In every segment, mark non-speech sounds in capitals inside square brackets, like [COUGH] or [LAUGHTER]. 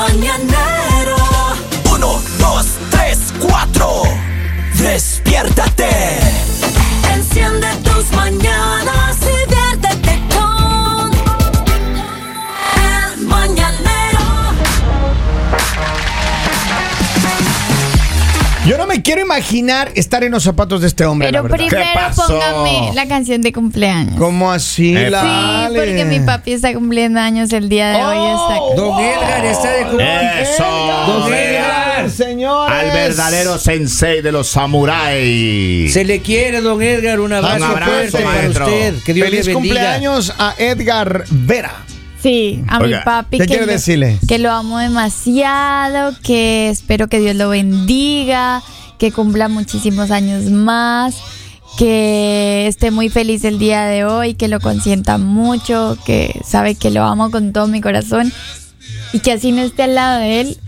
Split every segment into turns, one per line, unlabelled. mañanero. Uno, dos, tres, cuatro. Despiértate. Enciende tus mañanas y viértete con el mañanero.
Yo no me quiero imaginar estar en los zapatos de este hombre.
Pero
la verdad.
primero
¿Qué pasó?
póngame la canción de cumpleaños.
¿Cómo así?
Eh,
la
Sí,
Ale?
porque mi papi está cumpliendo años el día de hoy. Está
Oh.
aquí.
Don Edgar está de cumpleaños.
Eso.
Don Edgar.
Señores, señores.
Al verdadero sensei de los samuráis.
Se le quiere, don Edgar, un abrazo,
abrazo,
fuerte
maestro.
para usted. Que Dios
Feliz
le bendiga.
cumpleaños a Edgar Vera.
Sí, a
Oiga,
mi papi.
¿qué
que
quiere
lo-
decirle?
Que lo amo demasiado, que espero que Dios lo bendiga, que cumpla muchísimos años más, que esté muy feliz el día de hoy, que lo consienta mucho, que sabe que lo amo con todo mi corazón y que así no esté al lado de él,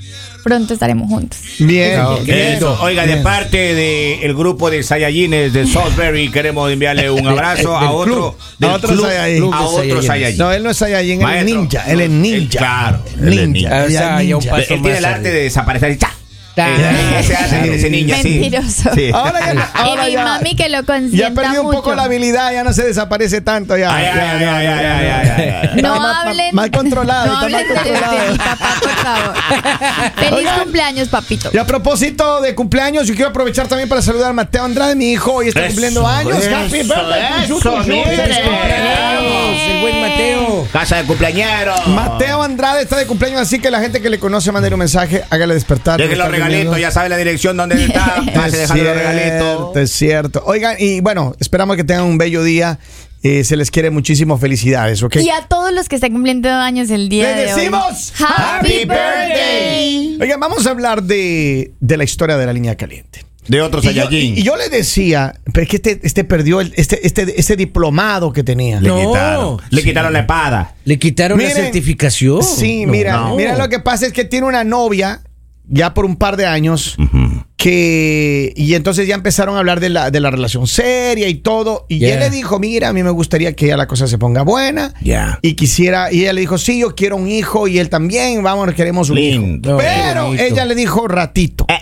pronto estaremos juntos.
Bien.
Eso. Oiga, de
Bien.
parte del grupo de Sayayines de Salisbury, queremos enviarle un abrazo
del
a otro,
club.
del
A otro
club,
Saiyajin.
a otro
Saiyajin.
Saiyajin.
No, él no es Saiyajin, él es
Maestro,
ninja. Él es
no, él,
ninja.
claro, él
ninja.
es ninja.
Ah,
Ella
o sea,
es
ya un
ninja.
Él
paso
tiene
más
el arte
arriba.
de desaparecer. y ¡cha!
Ta-
Eh, ese arte, ese ninja, sí.
Mentiroso.
Sí.
Ahora ya. Ahora
[LAUGHS] y mi
ya.
mami que lo
Ya
consienta
perdió un
mucho.
poco la habilidad, ya no se desaparece tanto. Ya.
Ay, ay,
Ya,
ay,
ya,
ay,
ya,
ay,
ya,
ay,
ya.
ay, ay, ay.
Está
No
mal-
hablen.
mal controlado,
No
está mal
hablen de- de,
controlado.
mi papá,
[LAUGHS]
por favor. Feliz
Oigan.
cumpleaños, papito.
Y a propósito de cumpleaños, yo quiero aprovechar también para saludar a Mateo Andrade, mi hijo, hoy está
Eso,
cumpliendo años.
eso,
Happy birthday,
eso,
Chuchu, Chuchu.
mire.
Este
Feliz cumpleaños.
Cumpleaños, el buen Mateo.
Casa de cumpleañeros.
Mateo Andrade está de cumpleaños, así que la gente que le conoce, mande un mensaje, hágale despertar.
Dejen los
Está
regalitos,
viniendo.
ya sabe la dirección donde está.
[LAUGHS]
Pase,
Es
dejar los
cierto,
regalitos.
es cierto. Oigan, y bueno, esperamos que tengan un bello día. Eh, se les quiere muchísimo. Felicidades, ¿ok?
Y a todos los que están cumpliendo años el
¡Les
día de hoy.
decimos
Happy
Happy birthday!
Birthday.
Oigan, vamos a hablar de, de la historia de la línea caliente.
De otro
Y yo,
Saiyajin.
y yo le decía, pero es que este, este perdió el- este, este, este diplomado que tenía.
Le
No.
quitaron. Le
Sí.
quitaron la espada.
¿Le quitaron la
Miren,
certificación?
Sí,
No.
mira,
no.
mira lo que pasa es que tiene una novia ya por un par de años
Mm.
que y entonces ya empezaron a hablar de la, de la relación seria y todo y
Yeah.
él le dijo, "Mira, a mí me gustaría que ya la cosa se ponga buena."
Yeah.
Y quisiera y ella le dijo, "Sí, yo quiero un hijo y él también, vamos, queremos un hijo."
Lindo.
No, qué
Pero
bonito.
ella le dijo, "Ratito."
eh,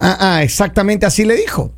Ah, ah, exactamente así le dijo.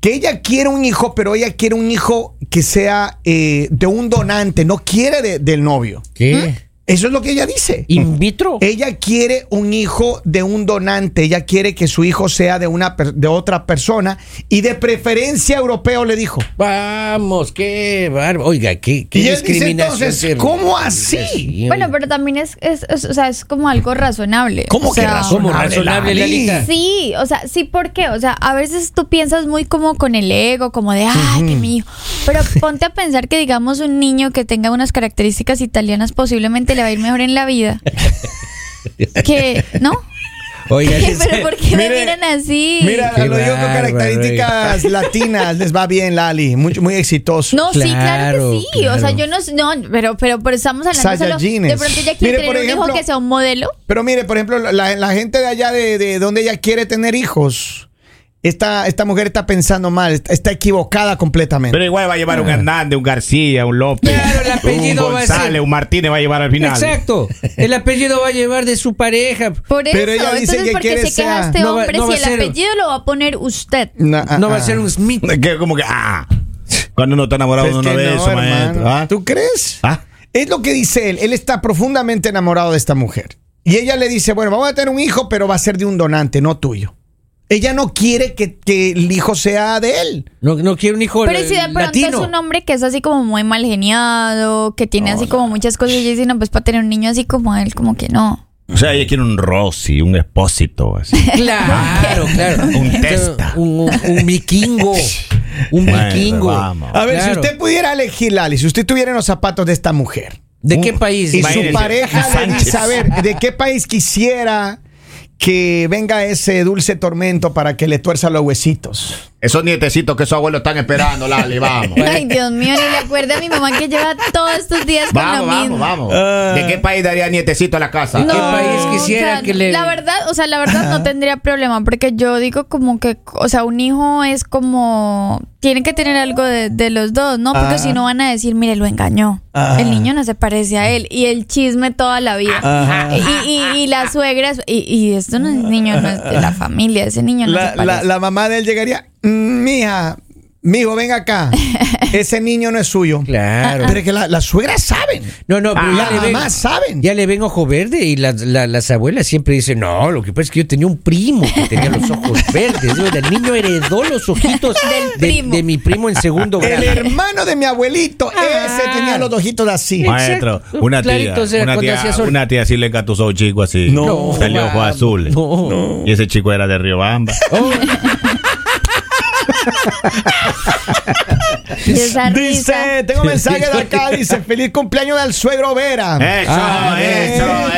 Que ella quiere un hijo, pero ella quiere un hijo que sea eh, de un donante, no quiere de- del novio. ¿Mm?
¿Qué?
Eso es lo que ella dice.
¿In vitro?
Ella quiere un hijo de un donante, ella quiere que su hijo sea de una per- de otra persona y de preferencia europeo le dijo.
Vamos, qué bárbaro. Oiga, qué, qué
Y él dice
discriminación.
entonces,
terrible.
¿cómo así?
Sí,
Bueno,
oiga.
pero también es, es, es- o sea, es como algo razonable.
¿Cómo
O
que
sea,
razonable?
¿cómo razonable,
Lali?
Lalita?
Sí, o sea, sí, ¿por qué? O sea, a veces tú piensas muy como con el ego, como de, ay, que mi hijo. Pero ponte a pensar que, digamos, un niño que tenga unas características italianas posiblemente le va a ir mejor en
[LAUGHS]
la vida. que, ¿no?
Oiga,
[LAUGHS] Pero ¿por qué me
Mire,
miran así?
Mira,
Qué
lo digo con
bárbaro,
características latinas, les va bien, Lali, muy, muy exitoso.
No, sí, claro que
Claro,
sí. O sea,
claro.
yo no, no pero, pero, pero estamos hablando solo-
Saiyajines.
de pronto ella
Mire,
quiere tener
por
un
ejemplo-
hijo que sea un modelo.
Pero mire, por ejemplo, la, la gente de allá de, de donde ella quiere tener hijos, esta, esta mujer está pensando mal, está, está equivocada completamente.
Pero igual va a llevar un Hernández, un García, un López,
Claro, el
un
apellido va a
González,
ser-
un Martínez va a llevar al final.
Exacto. El apellido va a llevar de su pareja.
Por
Pero
eso,
ella dice
entonces,
que
¿por qué
quiere
se queja
sea-
este
no va-
hombre
no va
si
a
el
ser-
apellido lo va a poner usted?
No, ah,
No va a
ah.
ser un Smith.
Que como que, ah, cuando uno está enamorado
Es
de uno
que
de
no,
eso,
hermano.
maestro. ¿ah?
¿Tú crees?
Ah.
Es lo que dice él. Él está profundamente enamorado de esta mujer. Y ella le dice, bueno, vamos a tener un hijo, pero va a ser de un donante, no tuyo. Ella no quiere que, que el hijo sea de él.
No, no quiere un hijo
Pero ¿y
eh,
si de pronto
latino.
es un hombre que es así como muy mal geniado, que tiene así como muchas cosas y ella dice, no, pues para tener un niño así como él, como que no.
O sea, ella quiere un Rossi, un Espósito. así.
Claro,
[LAUGHS]
claro.
Un testa.
Un, un- un vikingo. Un
Bueno,
vikingo.
vamos.
A ver, si
Claro.
usted pudiera elegir, Lali, si usted estuviera en los zapatos de esta mujer
¿De qué país?
y
Imagínese.
su pareja le dice, a ver, ¿de qué país quisiera que venga ese dulce tormento para que le tuerza los huesitos?
Esos nietecitos que su abuelo están esperando, Lali, vamos.
Ay, Dios mío, ni le acuerdo a mi mamá que lleva todos estos días con
Vamos,
lo mismo.
vamos, vamos. ¿De qué país daría nietecito a la casa?
¿Qué
No,
país
o
quisiera
sea,
que le-
La verdad, o sea, la verdad no tendría problema porque yo digo como que, o sea, un hijo es como tiene que tener algo de, de los dos, ¿no? Porque
Ah.
si no van a decir, mire, lo engañó.
Ah.
El niño no se parece a él y el chisme toda la vida.
Ajá.
Y, y, y la suegra es- y, y esto no es niño, no es de la familia, ese niño no
La,
se
la-
parece.
la mamá de él llegaría, "Mm, mija, mijo, ven
[LAUGHS]
acá. Ese niño no es suyo. Ah,
Claro.
Pero es que la- las suegras saben.
No, no, pero
las
ya, le ven,
mamás Ah, saben.
ya le ven ojo verde y las, la- las abuelas siempre dicen, no, lo que pasa es que yo tenía un primo que tenía
[LAUGHS]
los ojos verdes. ¿no? El niño heredó los ojitos
Del
de-
primo.
de mi primo en segundo
El
grado.
hermano de mi abuelito,
Ah.
ese tenía los ojitos así.
Maestro,
Exacto.
una tía,
Clarito, o sea,
una
cuando
tía,
hacía sol.
una tía sí le engatusó a un chico así.
No.
Salió ojo
Vamos.
azul.
No. Oh,
Y ese chico era de
[LAUGHS]
Riobamba.
Y esa risa.
Dice, tengo mensaje de acá, dice, feliz cumpleaños del suegro Vera.
Eso,
Ah,
eh.
eso,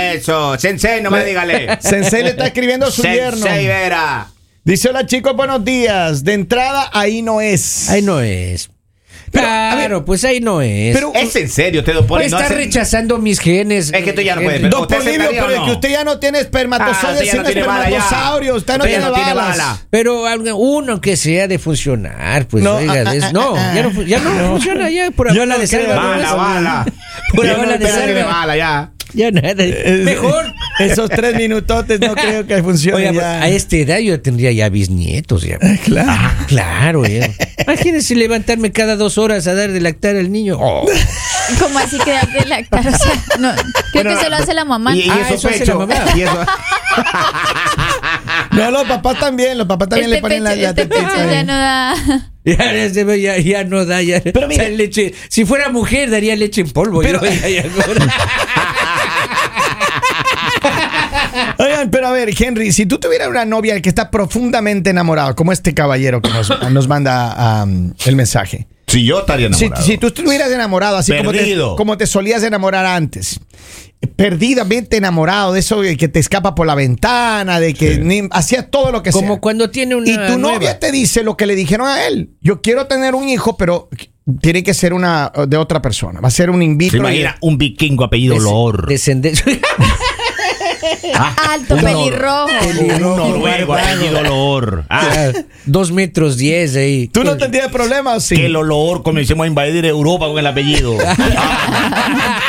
eso. Sensei, no me
[LAUGHS]
dígale.
Sensei le está escribiendo a su yerno.
Sensei Vera.
Dice, hola chicos, buenos días. De entrada, ahí no es.
Ahí no es.
a
claro, pues ahí no es.
Pero-
Es en serio, usted lo pone.
Pues
no
está
hace- [LAUGHS]
rechazando mis genes.
Es que tú ya no
Eh,
puedes, pero-
Don
¿usted
Polibio,
aceptaría o
pero es
no?
que usted ya no tiene
Ah,
espermatozoides,
usted ya no
sino
tiene bala ya.
espermatosaurio. Usted no
Usted ya
tiene
no tiene
balas. [LAUGHS]
bala.
Pero algo- uno que sea de funcionar, pues
No,
no,
ah, ah,
no,
ah,
ya no, fu-
[LAUGHS]
ya no funciona, ya por
Yo
hablar
no
de
creo.
selva. ¿no
Bala,
ves? [LAUGHS]
bala.
Pura
Ya no
bala de
espera que
selva.
le bala, ya.
Ya nada. Mejor.
Esos tres minutotes [LAUGHS] no creo que funcione
Oiga,
ya. Ah,
a esta edad yo tendría ya bisnietos. Ya. Claro.
[LAUGHS]
claro, ya. Imagínense levantarme cada dos horas a dar de lactar al niño. Oh.
[LAUGHS]
Como así quedarte lactar, o sea, no, creo
Bueno,
que eso lo hace la mamá. Este
Y, y
Ah,
eso,
eso hace
pecho.
la mamá.
Y
[LAUGHS]
eso-
No, los papás también, los papás también le
este
ponen la,
pecho,
la
este pecho
tetita
ya
ahí.
no da.
Ya, este güey ya- ya no da, ya.
Pero mire-
O sea, leche- si fuera mujer, daría leche en polvo.
Pero-
yo, ya, ya,
[LAUGHS]
ahora.
Oigan, pero a ver, Henry, si tú tuvieras una novia que está profundamente enamorada, como este caballero que nos, nos manda am, el mensaje.
Si yo estaría
Si,
enamorado.
si tú estuvieras enamorado, así como te,
Perdido.
como te solías enamorar antes, perdidamente enamorado de eso de que te escapa por la ventana, de que ni- hacías todo lo que
Como
sea.
cuando tiene una
Y tu
nueva.
novia te dice lo que le dijeron a él. Yo quiero tener un hijo, pero tiene que ser una de otra persona. Va a ser un
¿Se
invito.
imagina un vikingo apellido
Des-
Lor?
descendencia. [LAUGHS]
Ah,
Alto, pelirrojo.
Un noruego apellido Lor. Ah,
Dos metros diez ahí.
¿Tú no tendrías problemas? Sí.
Que el olor comencemos a invadir Europa con el apellido. Ah.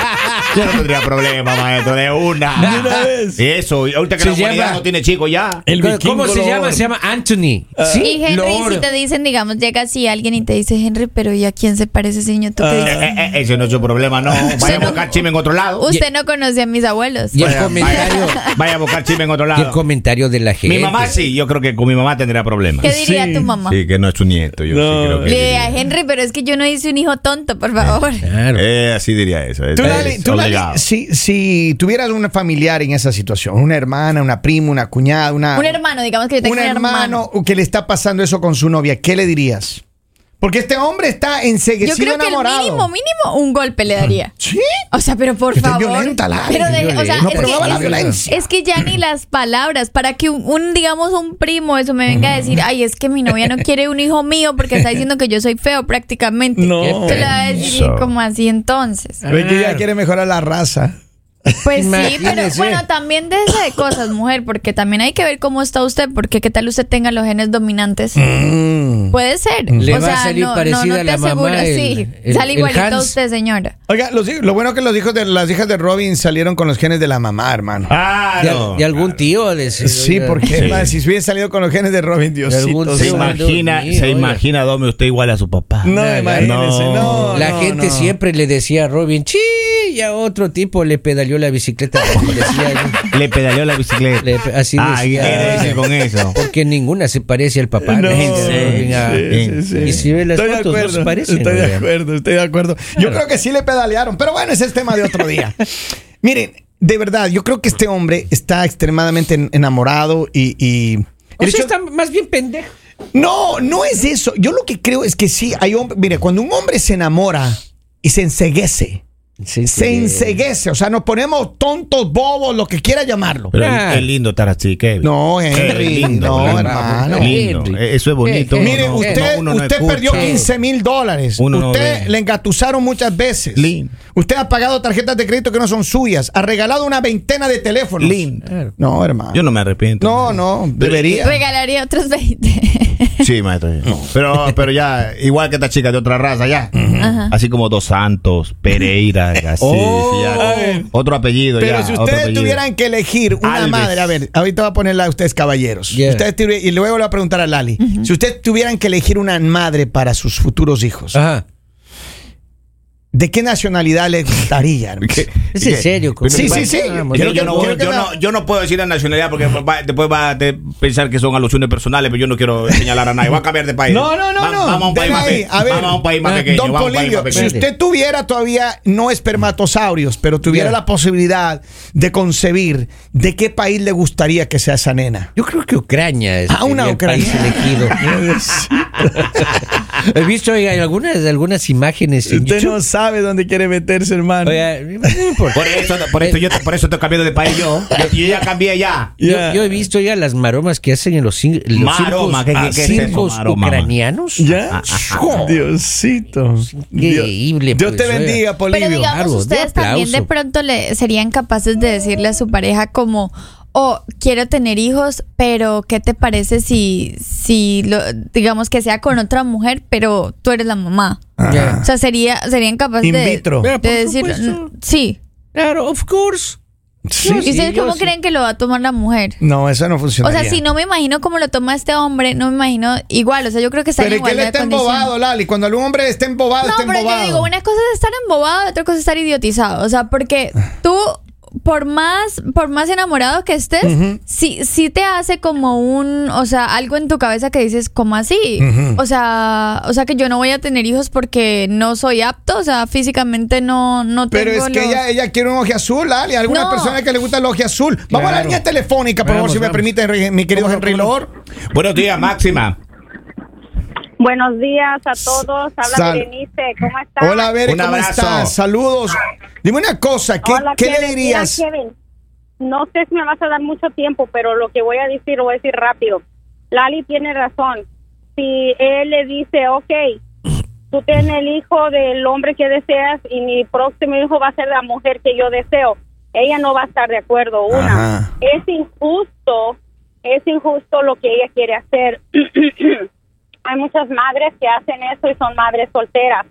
Yo no tendría problema, maestro, de una.
De una vez.
Eso, y ahorita que
Se
la humanidad
llama-
no tiene chicos ya.
El
¿Cómo-
vikingo
¿Cómo se
lo
llama?
oro.
Se llama Anthony.
Ah. Y Henry,
lo
si
oro.
te dicen, digamos, llega así alguien y te dice, Henry, pero ¿y a quién se parece ese niño? ¿Tú
Ah,
qué
Eh,
dices?
eh, eh, ese no es su problema, no. Vaya a buscar chisme en otro lado.
Usted no conoce a mis abuelos.
Y el
Vaya,
comentario,
vaya- vaya a buscar chisme en otro
y el
lado.
comentario de la gente.
Mi mamá sí, yo creo que con mi mamá tendría problemas.
¿Qué diría tu mamá?
Sí, que no es su nieto, yo sí creo que
Le diría, Henry, pero es que yo no hice un hijo tonto, por favor.
Claro.
Eh, así diría eso.
Tú,
es
Lali, tú, Lali,
obligado.
si, si tuvieras una familiar en esa situación, una hermana, una prima, una cuñada, una,
Un hermano, digamos que yo tengo
un hermano que le está pasando eso con su novia, ¿qué le dirías? Porque este hombre está
Yo
enseguecido
creo que el
enamorado.
mínimo, mínimo, un golpe
[LAUGHS]
le daría.
Sí.
O sea, pero por
Estás
favor.
violenta, Lali,
pero de- o sea,
no
es,
promueva
que,
la
es-
violencia.
es que
[CLEARS THROAT]
ya ni las palabras, para que un, un, digamos, un primo eso me venga a decir, ay, es que mi novia no quiere un hijo mío porque está diciendo que yo soy feo prácticamente.
No.
Te lo va a decir
Eso.
como así entonces.
Ve que ella quiere mejorar la raza.
Pues sí, pero
Imagínese.
bueno, también déjese de cosas, mujer, porque también hay que ver cómo está usted, porque qué tal usted tenga los genes dominantes.
Mm.
Puede ser.
Mm. Le
o
va a
sea,
salir
no, no,
parecida
no
a
te
la mamá
aseguro,
el-
sí.
el-
Sale
el
igualito a
Hans.
usted, señora.
Oiga, los hij- lo bueno que los hijos de las hijas de Robin salieron con los genes de la mamá, hermano.
De,
Claro.
de algún tío. De,
sí, porque
Sí.
hermano, si hubiesen salido con los genes de Robin, Diosito.
algún-
Se
Sí,
santo.
imagina,
Dios mío,
se
oiga.
imagina, Dome, usted igual a su papá.
No, imagínense, no.
La
no,
gente
no.
siempre le decía a Robin, chi, y a otro tipo le pedaleó la bicicleta. Le decía,
Le pedaleó la bicicleta.
Le pe- así
ah, ¿y
decía. Eh.
¿qué dice con eso?
[LAUGHS] porque ninguna se parece al papá.
No,
La gente
sí,
de Robin, ah,
sí, sí.
Y si ve las
Estoy de
fotos, no
acuerdo,
se parecen.
Estoy de
oiga.
acuerdo, estoy de acuerdo. Yo creo que sí le pedalearon, pero bueno, ese es tema de otro día. Miren, de verdad, yo creo que este hombre está extremadamente en- enamorado y. y-
O
el
sea,
hecho-
está más bien pendejo.
No, no es eso. Yo lo que creo es que sí, hay hombres. Mire, cuando un hombre se enamora y se enseguece,
Sí,
se
sí.
enseguece. O sea, nos ponemos tontos, bobos, lo que quiera llamarlo.
Pero
Ah.
qué lindo estar así, Kevin.
No,
Qué
Henry,
lindo,
no,
¿verdad?
hermano.
Qué lindo. E-,
Henry.
Eso es bonito.
Eh, eh,
Uno
Mire,
no-
usted,
uno no
usted
escucha.
perdió 15 mil dólares.
Uno no
Usted
ve.
le engatusaron muchas veces.
Lindo.
Usted ha pagado tarjetas de crédito que no son suyas. Ha regalado una veintena de teléfonos.
Lindo.
No, hermano.
Yo no me arrepiento.
No, no, debería.
Regalaría otros 20.
Sí, maestro. sí. Pero, pero ya, igual que esta chica de otra raza, ya. Así como Dos Santos, Pereira, así.
Oh.
sí, ya. Otro apellido,
Pero
ya,
si
otro
ustedes
apellido.
tuvieran que elegir una
Alves.
madre, a ver, ahorita voy a ponerla a ustedes caballeros.
Yeah.
Ustedes tuvi- y luego le voy a preguntar a Lali. Si ustedes tuvieran que elegir una madre para sus futuros hijos,
Ajá.
¿de qué nacionalidad les
[LAUGHS]
gustaría? hermano?
¿Qué?
Es en
¿Qué?
serio. compa.
Sí, sí, sí.
Ah,
Yo,
Quiero
bueno.
yo no,
quiero que
yo
la-
no- yo no puedo decir la nacionalidad porque va- después va a te- pensar que son alusiones personales, pero yo no quiero señalar a nadie. Va a cambiar de país.
No, no, no,
Va-
no.
Vamos a un país
Déjala
más
ahí.
pe-
A ver, Eh,
Vamos a un país más
Don
pequeño.
Don
vamos a un país
Polillo,
más
si
pequeño.
usted tuviera todavía no espermatosaurios, pero tuviera
Yeah.
la posibilidad de concebir, ¿de qué país le gustaría que sea esa nena?
Yo creo que Ucrania es
Ah, una
sería el
Ucrania. [LAUGHS]
país elegido. [LAUGHS] He visto oiga, algunas, algunas imágenes en YouTube.
sabe dónde quiere meterse, hermano.
Oiga, no importa.
Por eso, por eso yo por eso estoy cambiando de país yo. Yo- Yo ya cambié ya.
Yo-
Ya.
Yo, he visto ya las maromas que hacen en los, cin- los
Maroma,
circos,
¿qué- qué-
ah,
qué es eso,
circos
maroma,
ucranianos.
¿Ya?
Jo,
Ah, Diosito.
Increíble,
Dios
pues,
te bendiga, Polivio.
Pero digamos,
Claro, de
ustedes también
aplauso.
de pronto le serían capaces de decirle a su pareja como, oh, quiero tener hijos, pero ¿qué te parece si, si lo, digamos que sea con otra mujer, pero tú eres la mamá?
Ah.
ya.
O sea, sería, serían capaces
In
de,
vitro.
Pero, por
de decir,
supuesto.
"Mm, sí.
Claro, of course.
Sí.
Yo
¿Y ustedes
yo
cómo
sí.
creen que lo va a tomar la mujer?
No, eso no
O
funciona.
sea, si no me imagino cómo lo toma este hombre, no me imagino igual. O sea, yo creo que está
Pero
en
es que él
igualdad
está
de condiciones.
embobado, Lali. Cuando algún hombre está embobado,
No,
está
pero
embobado.
yo digo, una cosa es estar embobado, otra cosa es estar idiotizado. O sea, porque tú, por más, por más enamorado que estés, sí, sí te hace como un, o sea, algo en tu cabeza que dices, ¿cómo así? O sea, o sea que yo no voy a tener hijos porque no soy apto, o sea, físicamente no, no
Pero
tengo
es que
los-
ella, ella quiere un oje azul, Lali. Algunas
No.
personas que le gusta el oje azul. Vamos a la
Claro.
línea telefónica, por favor,
Vamos,
si me
vamos.
permite, Henry- mi querido Henry Lor.
Buenos días, Máxima.
Buenos días a todos. Habla
Sal-
Berenice. ¿Cómo estás?
Hola, Bere,
Un
¿cómo
abrazo.
estás? Saludos. Dime una cosa, ¿qué,
Hola,
qué le
Kevin. Mira,
dirías?
Kevin, no sé si me vas a dar mucho tiempo, pero lo que voy a decir lo voy a decir rápido. Lali tiene razón. Si él le dice, ok, tú ten el hijo del hombre que deseas y mi próximo hijo va a ser la mujer que yo deseo. Ella no va a estar de acuerdo. Una,
Ajá.
es injusto, es injusto lo que ella quiere hacer. [CLEARS THROAT] Hay muchas madres que hacen eso y son madres solteras.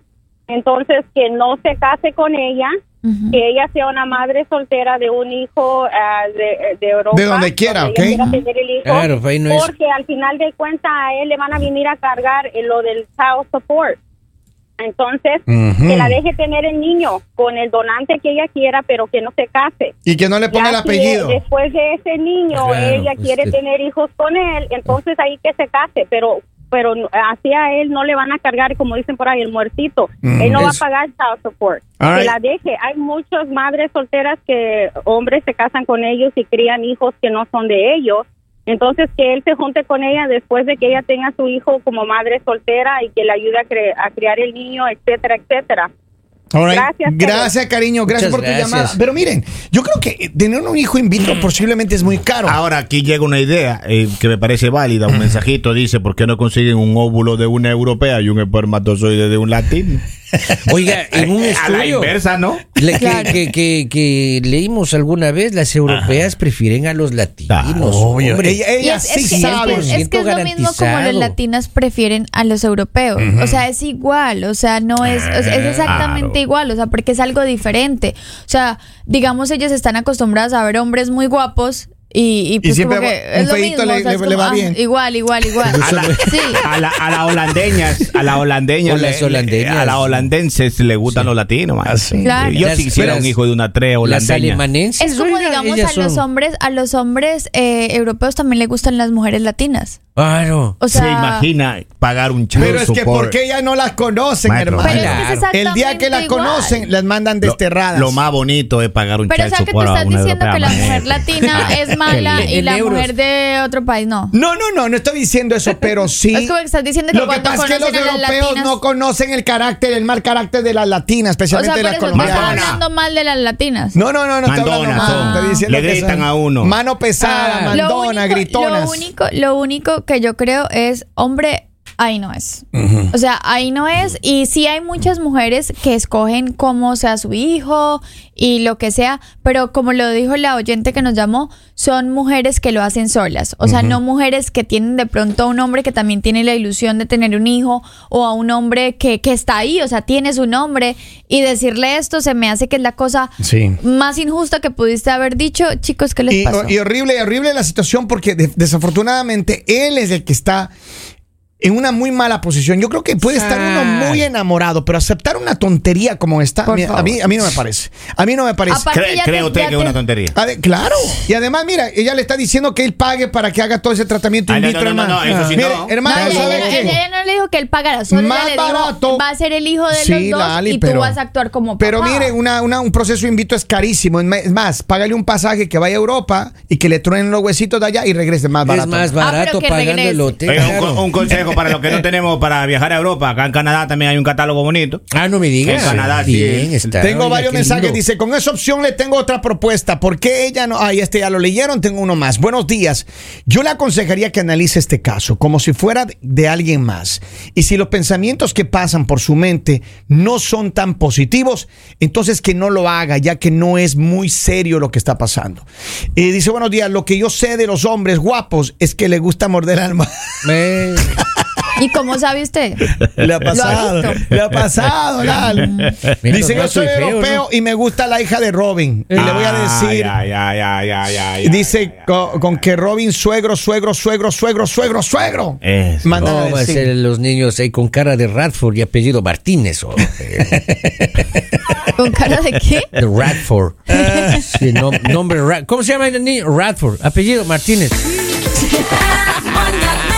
Entonces, que no se case con ella,
Ujú.
que ella sea una madre soltera de un hijo ah, de, de Europa.
De donde quiera,
donde ella
ok.
quiera tener el hijo,
Claro, pues ahí no es-
porque al final de cuentas a él le van a venir a cargar eh, lo del child support. Entonces,
Ujú.
que la deje tener el niño con el donante que ella quiera, pero que no se case.
Y que no le ponga el
Ya si
apellido.
después de ese niño,
Claro,
ella
pues,
quiere
que-
tener hijos con él, entonces ahí que se case, pero pero así a él no le van a cargar, como dicen por ahí, el muertito. él no va a
Eso.
pagar child support.
Mm. All
Que
right.
la deje. Hay muchas madres solteras que hombres se casan con ellos y crían hijos que no son de ellos. Entonces, que él se junte con ella después de que ella tenga a su hijo como madre soltera y que le ayude a, cre- a criar el niño, etcétera, etcétera.
All right.
Gracias, Pedro.
Gracias, cariño. Gracias por
Muchas
tu
gracias.
llamada. Pero miren, yo creo que tener un hijo in vitro posiblemente es muy caro.
Ahora aquí llega una idea eh, que me parece
[LAUGHS]
válida. Un mensajito dice: ¿Por qué no consiguen un óvulo de una europea y un espermatozoide de un latino?
[LAUGHS]
Oiga, en un
[LAUGHS] A la
estudio
inversa, ¿no?
la que,
Claro.
que- que- que leímos alguna vez, las europeas prefieren a los latinos.
Claro,
Obvio.
hombre.
Ella, ella
es,
sí
es que, es que-
sabe.
es que es, lo mismo como los
garantizado.
latinos prefieren a los europeos. O sea, es igual, o sea, no es, es, es exactamente
Claro.
igual, o sea, porque es algo diferente. O sea, digamos, ellos están acostumbrados a ver hombres muy guapos. Y, y, pues
siempre
como que
va- un
es lo
feíto
mismo,
le-
o sea, es
le- le va
ah,
bien.
igual, igual, igual.
[LAUGHS]
A la-
[LAUGHS] Sí.
A las a la holandeñas, a las holandeñas,
O las
le- le-
holandeñas.
a las holandenses le gustan
Sí. Ah,
los latinos. man.
Así.
Claro.
Yo
Las-
si quisiera
las-
un hijo de una tres
Las
holandeña.
alemanenses.
Es como
oiga,
digamos
ellas
a los
son-
hombres, a los hombres eh, europeos también le gustan las mujeres latinas.
Claro.
O sea,
se imagina pagar un child
Pero es que
support.
porque ellas no las conocen,
Maestro,
hermano.
Pero es que
Claro.
es
El día que las
exactamente igual.
conocen, las mandan
Lo-
desterradas.
Lo, más bonito es pagar un
Pero o
child
sea que tú
support a
estás
una
diciendo
europea,
que la mujer
maestro. [LAUGHS]
latina es mala y
En
la
euros.
mujer de otro país no.
No, no, no, no estoy diciendo eso, pero
[LAUGHS]
sí.
Es como que estás diciendo que
Lo que
cuando
pasa es que los
conocen a las
europeos
latinas-
no conocen el carácter, el mal carácter de las latinas,
O sea,
especialmente
por
de las
eso tú estás
colombianas.
Madonna.
hablando mal de las latinas.
No, no, no, no estoy hablando
Mandonas
mal,
son.
estoy diciendo
Le
que
gritan
son
a uno.
Mano pesada,
Ah.
Lo
mandona,
único-
gritonas.
Lo único, lo único que yo creo es, hombre, ahí no es. O sea, ahí no es. Y sí hay muchas mujeres que escogen cómo sea su hijo y lo que sea, pero como lo dijo la oyente que nos llamó, son mujeres que lo hacen solas. O sea, no mujeres que tienen de pronto a un hombre que también tiene la ilusión de tener un hijo o a un hombre que, que está ahí, o sea, tiene su nombre. Y decirle esto se me hace que es la cosa
Sí.
más injusta que pudiste haber dicho. Chicos, ¿qué les
Y,
pasó?
y horrible, y horrible la situación porque de- desafortunadamente él es el que está en una muy mala posición. Yo creo que puede estar uno muy enamorado, pero aceptar una tontería como esta,
Por
mira, a, mí, a mí no me parece. A mí no me parece.
Aparte,
Cre-
ya te- Ah,
cree usted
ya
que
te-
es una tontería.
A ver, claro. Y además, mira, ella le está diciendo que él pague para que haga todo ese tratamiento
Ah,
in
no,
vitro,
no, no,
hermano.
no, eso sí
Mire,
no.
No,
hermano,
ella,
¿sabe
ella-
qué?
ella no le dijo que él pagara, solo
Más
ella le dijo,
barato.
va a ser el hijo de
Sí,
los dos
Lali,
y tú
pero-
vas a actuar como papá.
Pero mire, una, una- un proceso invito es carísimo. Es ma- Es más, págale un pasaje que vaya a Europa y que le truenen los huesitos de allá y regrese más barato.
Es más
pero
barato
que
pagando
regrese.
el hotel.
Oiga, un,
claro.
co- un consejo para los que no tenemos para viajar a Europa. Acá en Canadá también hay un catálogo bonito.
Ah, no me digas.
En Canadá, sí.
Bien, está.
Tengo
Oiga,
varios
qué
mensajes.
lindo.
Dice, con esa opción le tengo otra propuesta. ¿Por qué ella no? Ay, este ya lo leyeron, tengo uno más. Buenos días. Yo le aconsejaría que analice este caso como si fuera de- de alguien más. Y si los pensamientos que pasan por su mente no son tan positivos, entonces que no lo haga, ya que no es muy serio lo que está pasando. Eh, dice, buenos días. Lo que yo sé de los hombres guapos es que les gusta morder alma. [LAUGHS]
[LAUGHS]
Eh,
¿Y cómo sabe usted?
Le ha pasado.
visto?
Le ha pasado, Lalo. Dice,
no
yo soy
soy feo,
europeo y me gusta la hija de Robin. Y le voy a decir.
Ay, ay, ay, ay, ay, ay,
dice
ay, ay.
co- con, que Robin suegro, suegro, suegro, suegro, suegro, suegro.
Es-
Mandan a
no, pues, va a
decir.
ser los niños ahí con cara de Radford y apellido Martínez. o- eh,
¿Con cara de qué?
de
[LAUGHS]
Radford. Sí, nom- nombre Ra- ¿Cómo se llama el niño? Radford. Apellido Martínez.
El mañanero